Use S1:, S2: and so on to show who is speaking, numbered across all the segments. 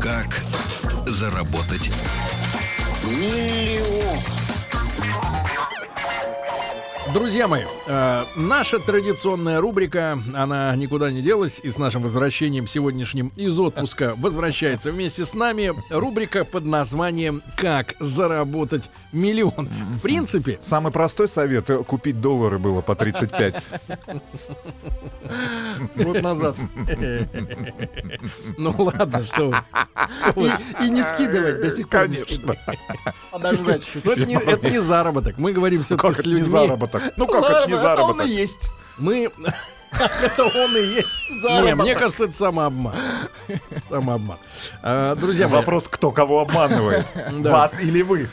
S1: Как заработать
S2: Друзья мои, э, наша традиционная рубрика, она никуда не делась, и с нашим возвращением сегодняшним из отпуска возвращается вместе с нами рубрика под названием «Как заработать миллион». В принципе,
S3: Самый простой совет — купить доллары было по 35.
S4: год назад.
S2: ну ладно, что вы.
S4: И, и не скидывать до сих пор. не
S3: Конечно.
S4: скидывать. Подождать
S2: Ну,
S4: чуть-чуть.
S2: это, не, это не заработок. Мы говорим все-таки
S3: Ну, Как
S2: с
S3: это не
S2: людьми.
S3: заработок? Ну как это не
S4: Заработок, А он
S3: заработок?
S4: и есть.
S2: Мы... Это он и есть. Не,
S4: Заработок.
S2: мне кажется, это самообман. Самообман. Э, Друзья мои,
S3: Вопрос, кто кого обманывает?
S2: Да.
S3: Вас или вы?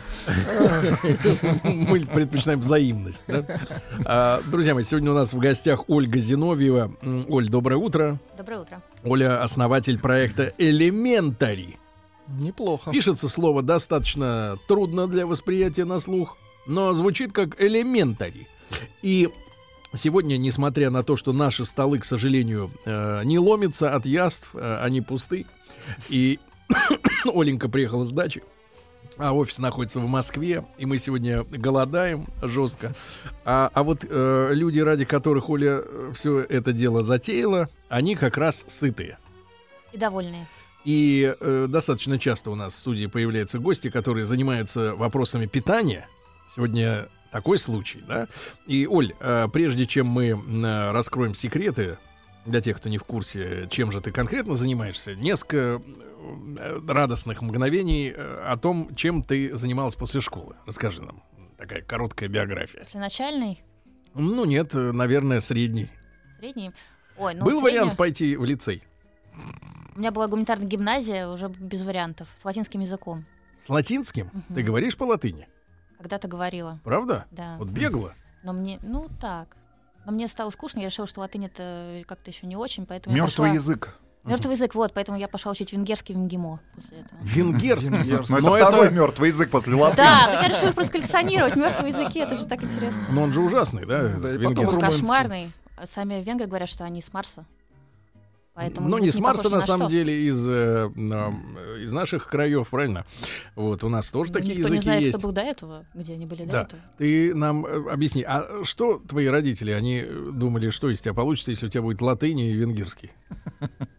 S2: Мы предпочитаем взаимность. да? А, Друзья мои, сегодня у нас в гостях Ольга Зиновьева. М, Оль, доброе утро.
S5: Доброе утро.
S2: Оля основатель проекта Elementary.
S4: Неплохо.
S2: Пишется слово достаточно трудно для восприятия на слух, но звучит как Elementary. И сегодня, несмотря на то, что наши столы, к сожалению, э, не ломятся от яств, э, они пусты, и Оленька приехала с дачи, а офис находится в Москве, и мы сегодня голодаем жестко. А, а вот э, люди, ради которых Оля все это дело затеяла, они как раз сытые.
S5: И довольные.
S2: И э, достаточно часто у нас в студии появляются гости, которые занимаются вопросами питания. Сегодня такой случай, да? И, Оль, э, прежде чем мы м, раскроем секреты для тех, кто не в курсе, чем же ты конкретно занимаешься, несколько э, радостных мгновений э, о том, чем ты занималась после школы. Расскажи нам. Такая короткая биография.
S5: После начальной,
S2: Ну нет, э, наверное, средний.
S5: средней. Ой, ну
S2: Был
S5: среднюю-
S2: вариант пойти в лицей
S5: У меня была гуманитарная гимназия, уже без вариантов, с латинским языком.
S2: с латинским?
S5: Мгм.
S2: Ты говоришь по латыни,
S5: Когда-то говорила,
S2: правда?
S5: да.
S2: Вот бегала.
S5: Но мне, ну так. Но мне стало скучно, я решила, что латынь это как-то еще не очень, поэтому
S3: Мертвый
S5: я пошла...
S3: язык.
S5: Мертвый язык, вот, поэтому я пошла учить венгерский в МГИМО после этого.
S2: Венгерский.
S3: Но Ну, это второй мертвый язык после латыни.
S5: Да, так я решила их просто коллекционировать, мертвые языки, это же так интересно.
S2: Но он же ужасный, да?
S4: Да,
S2: этот
S4: и
S5: Он
S4: потом
S2: венгерский?
S4: румынский.
S5: кошмарный. А Сами венгры говорят, что они с Марса. Поэтому
S2: Ну,
S5: язык
S2: не с Марса,
S5: похож ни
S2: на
S5: что.
S2: самом деле, из, э, м, э, из наших краев, правильно? Вот, у нас тоже
S5: Ну,
S2: такие
S5: Никто не
S2: языки
S5: знает,
S2: есть.
S5: что был до этого, где они были
S2: Да.
S5: до этого.
S2: Ты нам э, объясни, а что твои родители, они э, думали, что из тебя получится, если у тебя будет латынь и венгерский?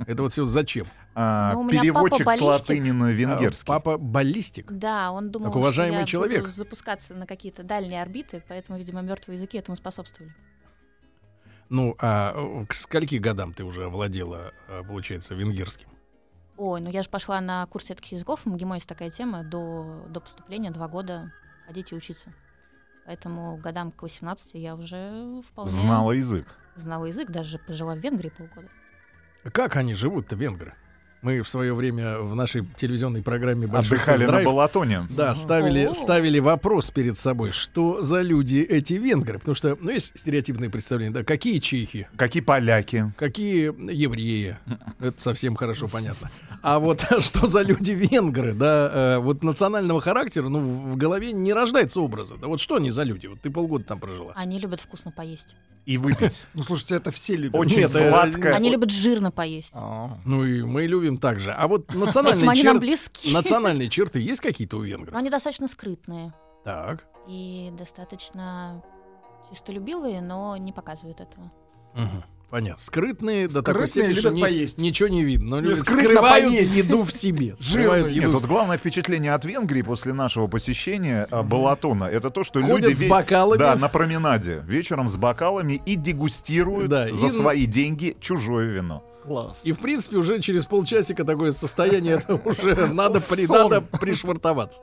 S2: Это вот все зачем?
S3: А,
S5: Но у меня
S3: Переводчик
S5: папа
S3: с
S5: баллистик.
S3: латыни на
S2: А,
S3: венгерский.
S2: Папа баллистик.
S5: Да, он думал,
S2: Так уважаемый
S5: что я
S2: человек.
S5: буду запускаться на какие-то дальние орбиты, поэтому, видимо, мертвые языки этому способствовали.
S2: Ну, а э, к скольки годам ты уже овладела, э, получается, венгерским?
S5: Ой, ну я же пошла на курс редких языков, в МГИМО есть такая тема, до, до поступления два года ходить и учиться. Поэтому годам к 18 я уже вполне
S3: Знала язык.
S5: знала язык, даже пожила в Венгрии полгода.
S2: Как они живут-то, венгры? Мы в свое время в нашей телевизионной программе «Большой
S3: Отдыхали на
S2: тест-драйв»
S3: Балатоне.
S2: Да, ставили,
S5: О.
S2: ставили вопрос перед собой, что за люди эти венгры, потому что, ну, есть стереотипные представления, да, какие чехи,
S3: Какие поляки?
S2: какие евреи, это совсем хорошо понятно. А вот что за люди венгры, да, э, вот национального характера, ну, в голове не рождается образа, да, вот что они за люди, вот ты полгода там прожила.
S5: Они любят вкусно поесть.
S3: И выпить.
S4: Ну, слушайте, это все любят.
S3: Очень
S2: Нет, э,
S3: сладко.
S5: Они любят жирно поесть.
S4: А,
S2: Ну и мы любим так же. А вот
S5: Этим
S2: национальные
S5: они нам
S2: черты,
S5: близки.
S2: национальные черты есть какие-то у
S5: Но
S2: венгров?
S5: они достаточно скрытные.
S2: Так.
S5: и достаточно чистолюбивые, но не показывают этого.
S2: Мгм. Понятно. Скрытные, до такой
S4: Скрытные
S2: степени,
S4: любят
S2: что ни-
S4: поесть.
S2: ничего не видно. Но
S4: Не,
S2: любят-
S4: скрытно
S2: скрывают
S4: поесть.
S2: еду в себе. Скрывают
S4: Жирные.
S3: Нет,
S2: еду.
S3: тут главное впечатление от Венгрии после нашего посещения а, Балатона. Это то, что
S2: Ходят
S3: люди
S2: с
S3: ве-
S2: бокалами.
S3: Да, на променаде. Вечером с бокалами и дегустируют
S2: Да,
S3: за
S2: и-
S3: свои деньги чужое вино.
S4: класс.
S2: И, в принципе, уже через полчасика такое состояние, это уже надо, при,
S4: Сон.
S2: надо пришвартоваться.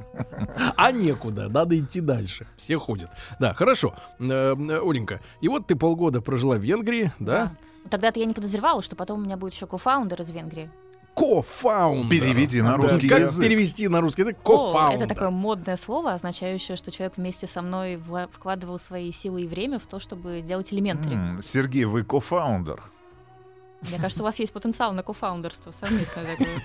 S2: А некуда, надо идти дальше. Все ходят. Да, хорошо. Э, э, Оленька, и вот ты полгода прожила в Венгрии, да?
S5: Ну, Тогда-то я не подозревала, что потом у меня будет еще кофаундер из Венгрии.
S2: Кофаундер.
S3: Переведи на
S4: Да.
S3: русский
S2: Как
S3: язык.
S2: перевести на русский язык?
S5: О,
S2: Кофаундер.
S5: это такое модное слово, означающее, что человек вместе со мной вла- вкладывал свои силы и время в то, чтобы делать элементари.
S3: М, Сергей, вы кофаундер.
S5: Мне кажется, у вас есть потенциал на кофаундерство совместное такое.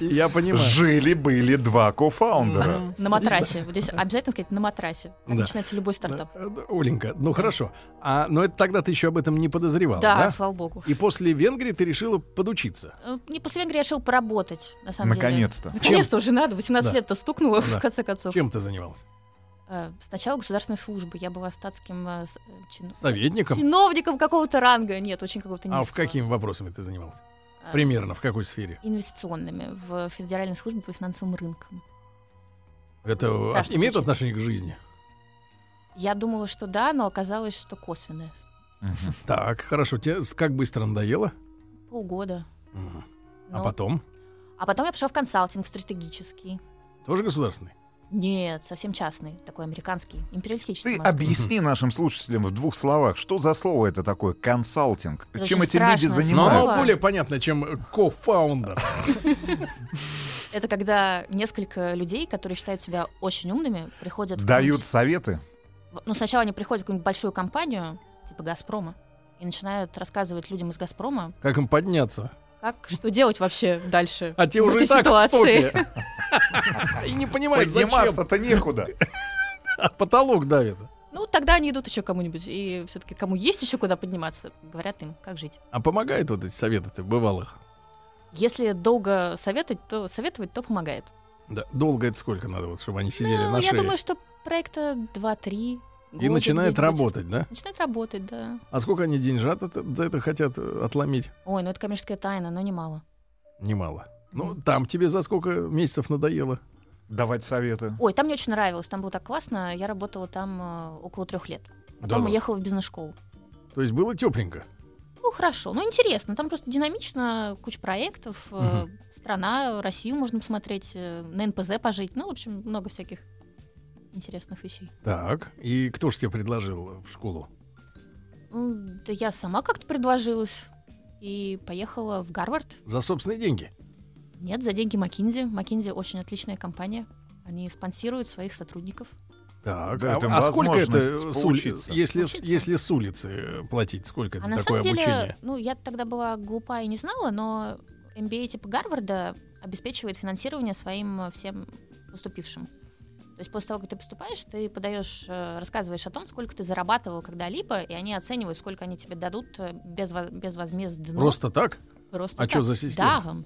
S2: Я понимаю.
S3: Жили-были два кофаундера.
S5: Ну, На матрасе. Вот Здесь обязательно сказать на матрасе. Так
S2: Да.
S5: начинается любой стартап.
S2: Э, Оленька, ну хорошо. А, но это тогда ты еще об этом не подозревала,
S5: Да,
S2: да?
S5: слава богу.
S2: И после Венгрии ты решила подучиться.
S5: Э, Не после Венгрии я решил поработать, на самом
S3: Наконец-то.
S5: деле. Наконец-то уже надо, 18
S2: Да.
S5: лет-то стукнуло,
S2: Да.
S5: в конце концов.
S2: Чем ты занималась?
S5: Э, Сначала государственной службы. Я была статским э, с- э, чин-
S2: Советником?
S5: чиновником какого-то ранга. Нет, очень какого-то
S2: А
S5: низкого.
S2: в какими вопросами ты занималась?
S5: Э,
S2: Примерно в какой сфере?
S5: Инвестиционными в Федеральной службе по финансовым рынкам.
S2: Это
S5: Страшно
S2: а, имеет
S5: звучит.
S2: отношение к жизни?
S5: Я думала, что да, но оказалось, что косвенно.
S3: Мгм.
S2: Так, хорошо. Тебе с- как быстро надоело?
S5: Полгода.
S2: Мгм. А
S5: Но-
S2: потом?
S5: а потом я пошла в консалтинг стратегический.
S2: Тоже государственный?
S5: Нет, совсем частный, такой американский, империалистический.
S3: Ты
S5: можно сказать.
S3: объясни нашим слушателям в двух словах, что за слово это такое консалтинг?
S5: Это
S3: Чем
S5: очень
S3: эти люди
S5: страшное слово.
S2: Но
S5: Понимаю.
S2: оно
S5: Ну,
S3: занимаются?
S5: ладно.
S2: более понятно, чем э, кофаундер.
S5: Это когда несколько людей, которые считают себя очень умными, приходят... в
S3: Дают
S5: какую-нибудь-
S3: советы?
S5: Ну, сначала они приходят в какую-нибудь большую компанию, типа «Газпрома», и начинают рассказывать людям из «Газпрома»,
S2: Как им подняться?
S5: как, что делать вообще дальше
S2: А те
S5: в
S2: уже
S5: этой
S2: и так в
S5: ситуации.
S2: топе. И не понимают, зачем.
S3: Подниматься-то некуда.
S2: А потолок давит.
S5: Ну, тогда они идут еще к кому-нибудь, и все-таки кому есть еще куда подниматься, говорят им, как жить.
S2: А помогают вот эти советы-то бывалых?
S5: Если долго советовать, то советовать, то помогает.
S2: Да, долго это сколько надо, вот, чтобы они сидели
S5: Ну,
S2: на
S5: я
S2: шее?
S5: думаю, что проекта 2-3
S2: И
S5: года
S2: начинает
S5: где-нибудь.
S2: работать, да?
S5: Начинает работать, да.
S2: А сколько они деньжат это- за это хотят э, отломить?
S5: Ой, ну это коммерческая тайна, но немало.
S2: Немало. Ну,
S5: Мгм.
S2: там тебе за сколько месяцев надоело?
S3: Давать советы.
S5: Ой, там мне очень нравилось, там было так классно. Я работала там э, около трех лет. Потом
S2: Да-да.
S5: уехала в бизнес-школу.
S2: То есть было тепленько.
S5: Ну, хорошо, ну интересно. Там просто динамично, куча проектов. э, Страна, Россию можно посмотреть, э, на НПЗ пожить. Ну, в общем, много всяких интересных вещей.
S2: Так, и кто же тебе предложил э, в школу?
S5: М, Да я сама как-то предложилась и поехала в Гарвард.
S2: За собственные деньги.
S5: Нет, за деньги Макинзи. Макинзи очень отличная компания. Они спонсируют своих сотрудников.
S2: Так,
S3: Да,
S2: а,
S3: это
S2: а сколько это
S3: возможность
S2: э, с
S3: поучиться.
S2: улицы, если, с-
S5: Учиться.
S2: если с улицы э, платить, сколько это
S5: а на
S2: такое
S5: самом деле,
S2: обучение?
S5: ну, я тогда была глупа и не знала, но MBA типа Гарварда обеспечивает финансирование своим э, всем поступившим. То есть после того, как ты поступаешь, ты подаешь, э, рассказываешь о том, сколько ты зарабатывал когда-либо, и они оценивают, сколько они тебе дадут э, без, во- безвозмездно.
S2: Просто так?
S5: Просто
S2: А
S5: так.
S2: что за система?
S5: Да,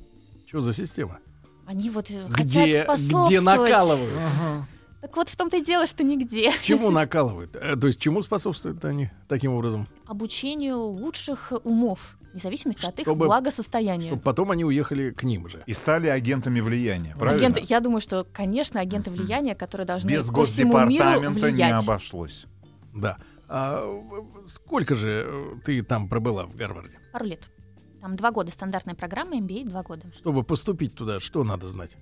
S2: Что за система?
S5: они вот э,
S2: где,
S5: хотят способствовать.
S2: где накалывают?
S4: Ага.
S5: Так вот в том-то и дело, что нигде.
S2: Чему накалывают? Э, То есть чему способствуют они таким образом?
S5: Обучению лучших умов, вне зависимости от их
S2: Чтобы-
S5: благосостояния.
S2: Чтобы потом они уехали к ним же.
S3: И стали агентами влияния, правильно?
S5: Агенты- я думаю, что, конечно, агенты влияния, которые должны
S3: Без
S5: по всему миру
S3: госдепартамента
S5: влиять.
S3: не обошлось.
S2: Да. А э, сколько же э, ты там пробыла в Гарварде?
S5: Пару лет. Там два года стандартная программа, MBA два года.
S2: Чтобы поступить туда, что надо знать?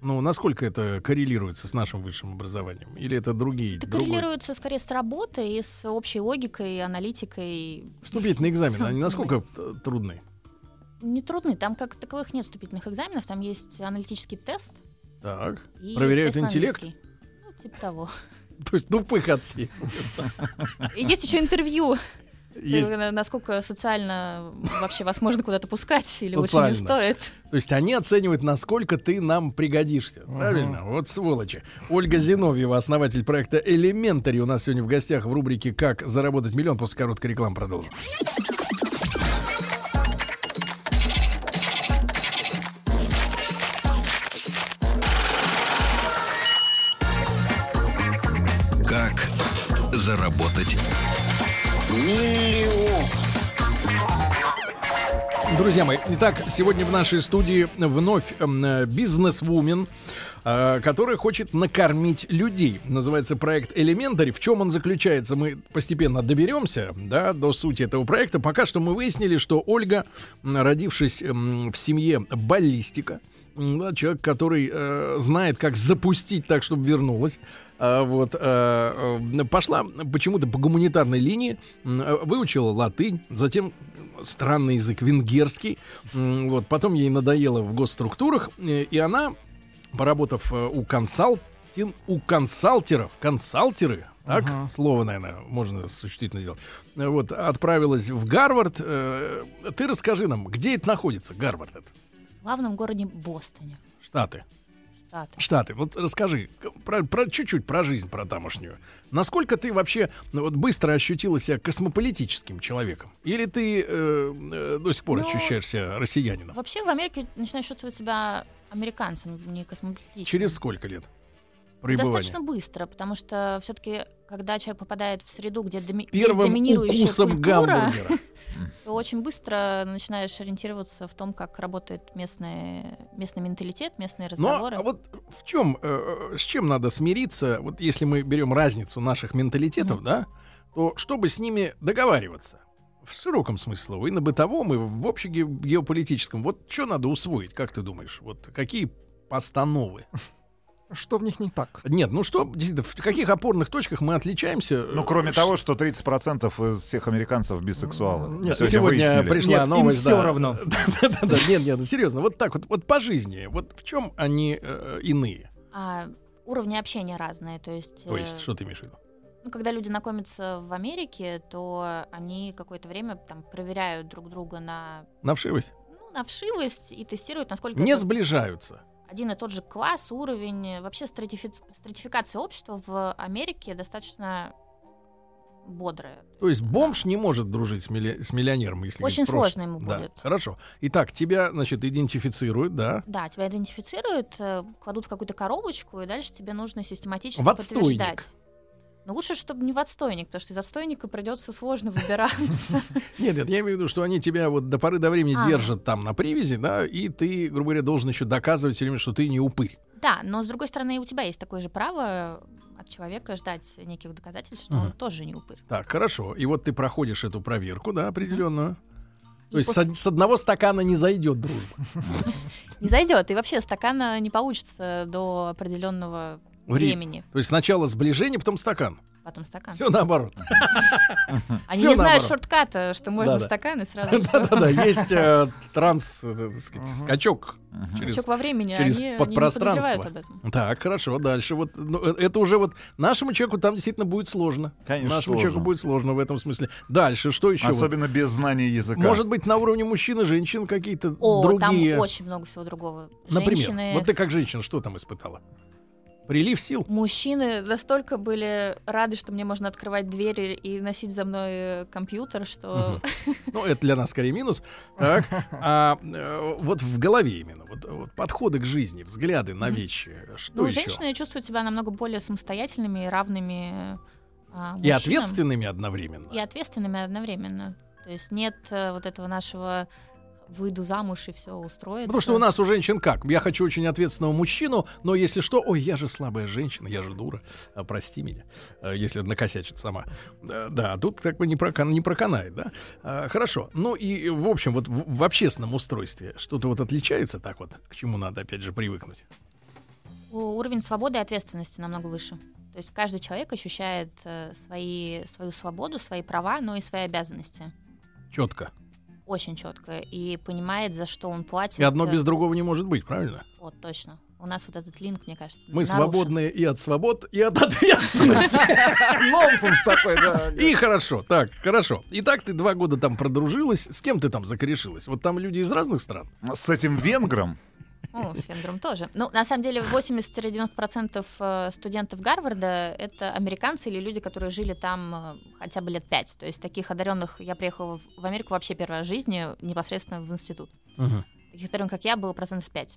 S2: Ну, насколько это коррелируется с нашим высшим образованием? Или это другие?
S5: Это
S2: другой?
S5: коррелируется скорее с работой и с общей логикой, аналитикой.
S2: Вступительные экзамены, они
S5: Трудно.
S2: насколько э, трудны?
S5: Не трудны, там как таковых нет вступительных экзаменов, там есть аналитический тест
S2: Так.
S5: и
S2: Проверяют
S5: тест на
S2: интеллект?
S5: английский. Ну, типа того.
S2: То есть тупых отсеивают.
S5: И есть еще интервью,
S2: Есть-
S5: э, насколько социально вообще вас можно куда-то пускать или лучше не
S2: Социально.
S5: стоит.
S2: То есть они оценивают, насколько ты нам пригодишься. Правильно? Вот сволочи. Ольга Зиновьева, основатель проекта Elementary, у нас сегодня в гостях в рубрике «Как заработать миллион» после короткой рекламы продолжим.
S1: Как заработать
S2: Друзья мои, итак, сегодня в нашей студии вновь эм, э, бизнесвумен, э, которая хочет накормить людей. Называется проект Elementary. В чем он заключается? Мы постепенно доберемся да, до сути этого проекта. Пока что мы выяснили, что Ольга, м, родившись эм, в семье баллистика, м, да, человек, который э, знает, как запустить так, чтобы вернулась. А, вот, э, э, пошла почему-то по гуманитарной линии, м, э, выучила латынь, затем странный язык венгерский. М, Вот, потом ей надоело в госструктурах, э, и она, поработав э, у консалтин, у консалтеров, консалтеры, так?
S4: Ага.
S2: Слово, наверное, можно существительно сделать. Э, Вот, отправилась в Гарвард. Э, Ты расскажи нам, где это находится, Гарвард, это?
S5: В главном городе Бостоне,
S2: Штаты.
S5: штаты.
S2: Штаты. Вот расскажи к- про, про- чуть-чуть про жизнь, про тамошнюю. Насколько ты вообще ну, вот быстро ощутила себя космополитическим человеком? Или ты э, э, до сих пор
S5: Ну,
S2: ощущаешься россиянином?
S5: Вообще в Америке начинаешь чувствовать себя американцем, а не космополитичным.
S2: Через сколько лет пребывания?
S5: Ну, Достаточно быстро, потому что все-таки, когда человек попадает в среду, где доми- есть
S2: Первым
S5: доминирующая
S2: укусом
S5: культура,
S2: гамбургера.
S5: то очень быстро начинаешь ориентироваться в том, как работает местный, местный менталитет, местные
S2: Но
S5: разговоры.
S2: а вот в чем, с чем надо смириться, вот если мы берем разницу наших менталитетов,
S5: Мгм.
S2: да, то чтобы с ними договариваться, в широком смысле слова, и на бытовом, и в общем геополитическом, вот что надо усвоить, как ты думаешь, вот какие постановы?
S4: Что в них не так?
S2: Нет, ну что, действительно, в каких опорных точках мы отличаемся?
S3: Ну, кроме
S2: Ш-
S3: того, что 30% из всех американцев бисексуалы.
S4: Нет,
S3: Мы
S4: сегодня
S2: сегодня
S3: выяснили.
S2: пришла
S4: Нет, им
S2: новость.
S4: всё
S2: да.
S4: равно.
S2: Да-да-да, нет, нет, серьезно, вот так вот, вот по жизни, вот в чем они э, иные?
S5: А уровни общения разные, то есть,
S2: То есть,
S5: э,
S2: что ты имеешь в виду?
S5: ну, когда люди знакомятся в Америке, то они какое-то время там проверяют друг друга на,
S2: На вшивость?
S5: ну, на вшивость и тестируют, насколько
S2: Не
S5: это
S2: сближаются.
S5: один и тот же класс, уровень. э, Вообще стратифи- стратификация общества в Америке достаточно бодрая.
S2: То есть бомж не может дружить с, милли- с миллионером, если
S5: Очень
S2: говорить проще.
S5: сложно ему
S2: Да,
S5: будет.
S2: хорошо. Итак, тебя, значит, идентифицируют, да?
S5: Да, тебя идентифицируют, э, кладут в какую-то коробочку, и дальше тебе нужно систематически
S2: В отстойник.
S5: подтверждать. Но лучше, чтобы не в отстойник, потому что из отстойника придется сложно выбираться.
S2: Нет, нет, я имею в виду, что они тебя вот до поры до времени
S5: А.
S2: держат там на привязи, да, и ты, грубо говоря, должен еще доказывать все время, что ты не упырь.
S5: Да, но с другой стороны, у тебя есть такое же право э, от человека ждать неких доказательств, что
S2: Мгм.
S5: он тоже не упырь.
S2: Так, хорошо. И вот ты проходишь эту проверку, да, определенную.
S5: И
S2: То есть с
S5: пос-
S2: од- с одного стакана не зайдет дружба.
S5: Не зайдет, и вообще стакана не получится до определенного
S2: Ври.
S5: времени.
S2: То есть сначала сближение, потом стакан.
S5: Потом стакан.
S2: Все наоборот.
S5: Они
S2: всё
S5: не знают
S2: наоборот.
S5: шортката, что можно
S2: Да-да.
S5: стакан и сразу всё.
S2: Да-да-да, есть э, транс, э, так сказать,
S4: Мгм.
S2: скачок
S3: Мгм.
S2: через
S5: Скачок во времени,
S2: через
S5: они они не
S2: подпространство.
S5: подозревают об этом.
S2: Так, хорошо, дальше. Вот ну, э, это уже вот нашему человеку там действительно будет сложно.
S3: Конечно,
S2: нашему
S3: сложно.
S2: человеку будет сложно в этом смысле. Дальше, что еще? вот?
S3: Особенно без знания языка.
S2: Может быть, на уровне мужчин и женщин какие-то
S5: О,
S2: другие.
S5: там очень много всего другого.
S2: Например,
S5: Женщины,
S2: вот ты как женщина, что там испытала? Прилив сил?
S5: мужчины настолько были рады, что мне можно открывать двери и носить за мной э, компьютер, что
S2: Мгм. Ну, это для нас скорее минус. Так. А э, вот в голове именно, вот, вот подходы к жизни, взгляды на
S5: Мгм.
S2: вещи, что
S5: ну,
S2: еще?
S5: женщины чувствуют себя намного более самостоятельными и равными а,
S2: И
S5: мужчинам.
S2: ответственными одновременно.
S5: И ответственными одновременно. То есть нет э, вот этого нашего выйду замуж и все устроится.
S2: Потому что у нас у женщин как? Я хочу очень ответственного мужчину, но если что, ой, я же слабая женщина, я же дура, а, прости меня, а, если накосячит сама. Да, да, тут как бы не, прокан, не проканает, да? А, Хорошо. Ну и, в общем, вот в, в общественном устройстве что-то вот отличается так вот, к чему надо, опять же, привыкнуть.
S5: У- уровень свободы и ответственности намного выше. То есть каждый человек ощущает э, свои, свою свободу, свои права, но и свои обязанности.
S2: Четко.
S5: Очень четко. И понимает, за что он платит.
S2: И одно без другого не может быть, правильно?
S5: Вот, точно. У нас вот этот линк, мне кажется,
S2: Мы
S5: нарушен.
S2: свободные и от свобод, и от ответственности.
S4: Нонсенс такой, да.
S2: И хорошо, так, хорошо. Итак, ты два года там продружилась. С кем ты там закорешилась? Вот там люди из разных стран?
S3: С этим венгром
S5: Ну, с венгром тоже. Ну, на самом деле, 80-90% э, студентов Гарварда — это американцы или люди, которые жили там э, хотя бы лет пять. То есть таких одаренных я приехала в- в Америку вообще первый раз в жизни непосредственно в институт. Таких одаренных, как я, было процентов 5.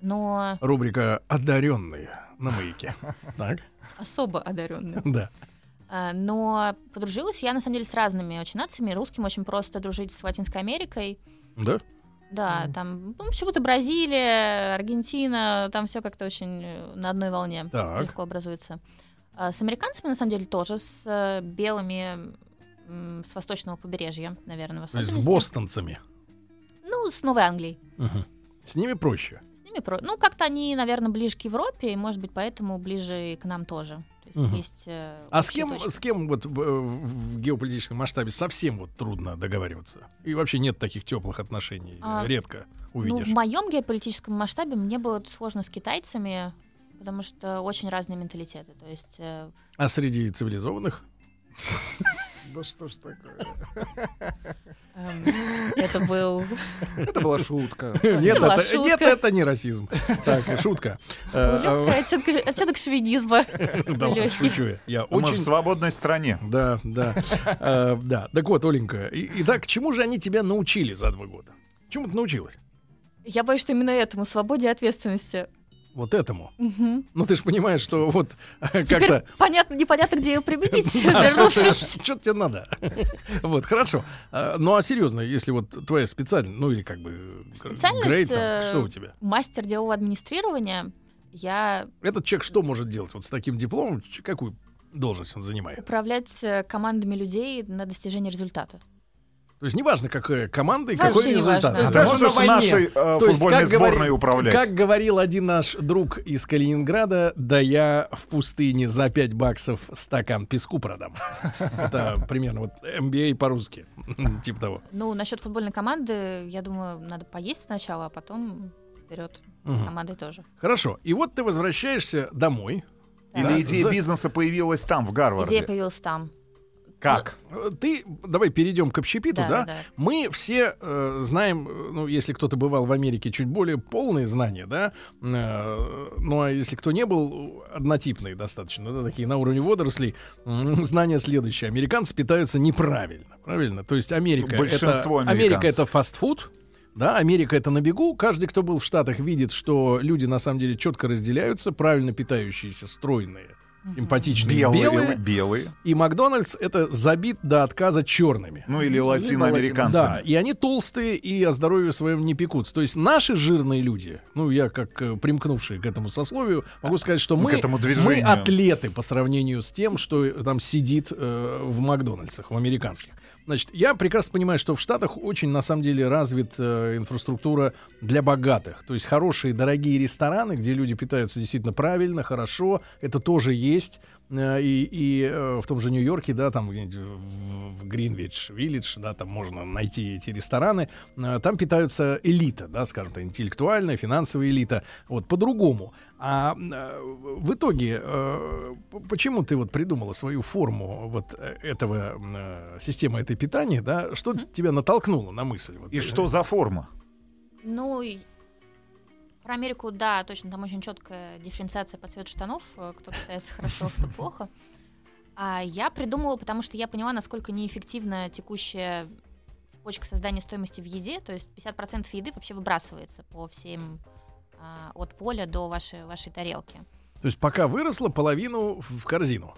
S5: Но
S2: Рубрика «Одаренные» на маяке. Так?
S5: особо одаренные.
S2: Да.
S5: А, Но подружилась я, на самом деле, с разными очень нациями. Русским очень просто дружить с Латинской Америкой.
S2: Да?
S5: Да,
S4: Мгм.
S5: там ну, почему-то Бразилия, Аргентина, там все как-то очень э, на одной волне
S2: Так.
S5: легко образуется. А С американцами, на самом деле, тоже, с э, белыми, м, с восточного побережья, наверное, в
S2: То есть
S5: особенности.
S2: с бостонцами.
S5: Ну, с Новой Англией.
S2: Мгм. С ними проще.
S5: С ними про- Ну, как-то они, наверное, ближе к Европе, и, может быть, поэтому ближе и к нам тоже. То есть
S2: Мгм.
S5: есть, э,
S2: А с
S5: общие
S2: кем,
S5: точки.
S2: с кем вот в, в- в геополитическом масштабе совсем вот трудно договариваться? И вообще нет таких теплых отношений. э,
S5: А,
S2: Редко
S5: Ну, в
S2: увидишь.
S5: моем геополитическом масштабе мне было сложно с китайцами, потому что очень разные менталитеты. То есть э,
S2: А среди цивилизованных?
S4: Да что ж такое?
S5: Эм, Это был...
S4: Это была шутка.
S2: Нет,
S5: была
S2: это,
S5: Ну, шутка. Ну,
S2: нет, это не расизм. Так, шутка. Э,
S5: Лёгкий оттенок, оттенок шовинизма.
S2: э, да ладно,
S5: лёгкий.
S2: шучу я. Я
S3: Мы в
S2: очень...
S3: свободной стране.
S2: Да, да. Э, Да, так вот, Оленька, и- итак, чему же они тебя научили за два года? Чему ты научилась?
S5: Я боюсь, что именно этому свободе и ответственности.
S2: Вот этому.
S5: Мгм.
S2: Ну, ты же понимаешь, что вот э,
S5: Теперь
S2: как-то...
S5: понятно, непонятно, где ее применить, вернувшись.
S2: Что тебе надо? Вот, хорошо. А, Ну, а серьезно, если вот твоя специальность, ну, или как бы... э,
S5: Специальность,
S2: грейд там,
S5: э,
S2: Что у тебя?
S5: Мастер делового администрирования. Я
S2: Этот человек что может делать? Вот с таким дипломом ч- какую должность он занимает?
S5: управлять э, командами людей на достижение результата.
S2: То есть неважно, какая команда и
S5: Вообще
S2: какой
S5: не
S2: результат.
S5: важно.
S2: То
S3: А
S2: есть
S3: ты
S4: даже
S2: можно
S3: можешь
S4: на войне.
S3: нашей э,
S2: То есть,
S3: футбольной
S2: как говори-
S3: сборной управлять?
S2: Как говорил один наш друг из Калининграда, да я в пустыне за 5 баксов стакан песку продам. Это примерно вот MBA по-русски. Типа того.
S5: Ну, насчет футбольной команды, я думаю, надо поесть сначала, а потом вперед
S2: Мгм.
S5: командой тоже.
S2: Хорошо. И вот ты возвращаешься домой.
S3: Или
S2: Да.
S3: идея
S2: За-
S3: бизнеса появилась там, в Гарварде?
S5: Идея появилась там.
S3: Как?
S2: Э, Ты, давай перейдем к общепиту, да? Мы все э, знаем, э, ну, если кто-то бывал в Америке, чуть более полные знания, да? Э, ну, а если кто не был, э, однотипные достаточно, да, такие на уровне водорослей, м, знания следующие. Американцы питаются неправильно, правильно? То есть Америка...
S3: Большинство
S2: это, Америка —
S3: американцев.
S2: это фастфуд, да, Америка это на бегу. Каждый, кто был в Штатах, видит, что люди на самом деле четко разделяются. Правильно питающиеся, стройные, симпатичные,
S3: Белые.
S2: белые.
S3: белые.
S2: И Макдональдс это забит до отказа черными.
S3: Ну или латиноамериканцы.
S2: Да, и они толстые и о здоровье своем не пекутся. То есть наши жирные люди, ну я как э, примкнувший к этому сословию, могу сказать, что
S3: Ну,
S2: мы,
S3: к этому
S2: мы
S3: движению.
S2: атлеты по сравнению с тем, что э, там сидит э, в Макдональдсах, в американских. Значит, я прекрасно понимаю, что в Штатах очень на самом деле развита инфраструктура для богатых. То есть хорошие, дорогие рестораны, где люди питаются действительно правильно, хорошо, это тоже есть. Э, И, и э, в том же Нью-Йорке, да, там где-нибудь в в Гринвич Виллидж, да, там можно найти эти рестораны. Э, Там питаются элита, да, скажем так, интеллектуальная, финансовая элита. Вот по-другому. А э, в итоге, э, п- почему ты вот придумала свою форму вот э, этого э, системы этой питания, да? Что тебя натолкнуло на мысль? Вот,
S3: И
S2: э,
S3: что за форма?
S5: Ну, и про Америку, да, точно, там очень четкая дифференциация по цвету штанов, э, кто питается хорошо, кто плохо. А я придумала, потому что я поняла, насколько неэффективна текущая цепочка создания стоимости в еде, то есть 50% еды вообще выбрасывается по всем а, от поля до вашей, вашей тарелки.
S2: То есть пока выросла половину в в корзину.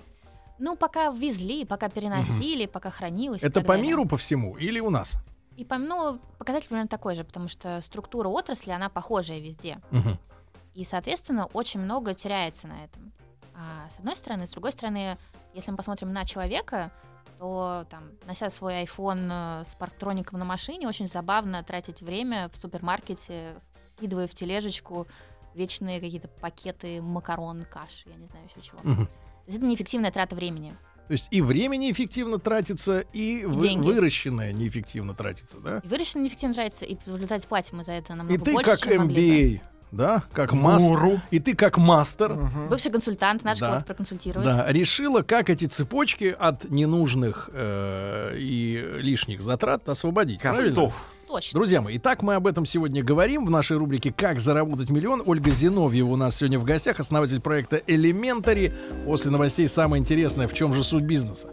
S5: Ну, пока везли, пока переносили, пока хранилось. и
S2: Это
S5: так
S2: по
S5: далее.
S2: миру, по всему или у нас?
S5: И по, ну, показатель примерно такой же, потому что структура отрасли, она похожая везде.
S2: Мгм.
S5: И, соответственно, очень много теряется на этом. А, с одной стороны, с другой стороны, если мы посмотрим на человека, то там, нося свой iPhone э, с парктроником на машине, очень забавно тратить время в супермаркете, скидывая в тележечку вечные какие-то пакеты макарон, каш, я не знаю еще чего. То
S2: Мгм.
S5: есть это неэффективная трата времени.
S2: То есть и время неэффективно тратится, и вы-
S5: Деньги.
S2: выращенное неэффективно тратится, да?
S5: И выращено неэффективно тратится, и в результате платим мы за это намного
S2: И ты
S5: Ну, больше,
S2: как
S5: чем могли бы.
S2: MBA, да, как мастер,
S3: Гуру.
S2: и ты как мастер,
S4: Мгм.
S5: Бывший консультант, надо же
S2: Да.
S5: кого-то проконсультировать.
S2: да, решила, как эти цепочки от ненужных э, и лишних затрат освободить. правильно?
S3: Костов.
S5: Точно.
S2: Друзья мои, итак, мы об этом сегодня говорим в нашей рубрике «Как заработать миллион». Ольга Зиновьева у нас сегодня в гостях, основатель проекта «Элементари». После новостей самое интересное, в чем же суть бизнеса.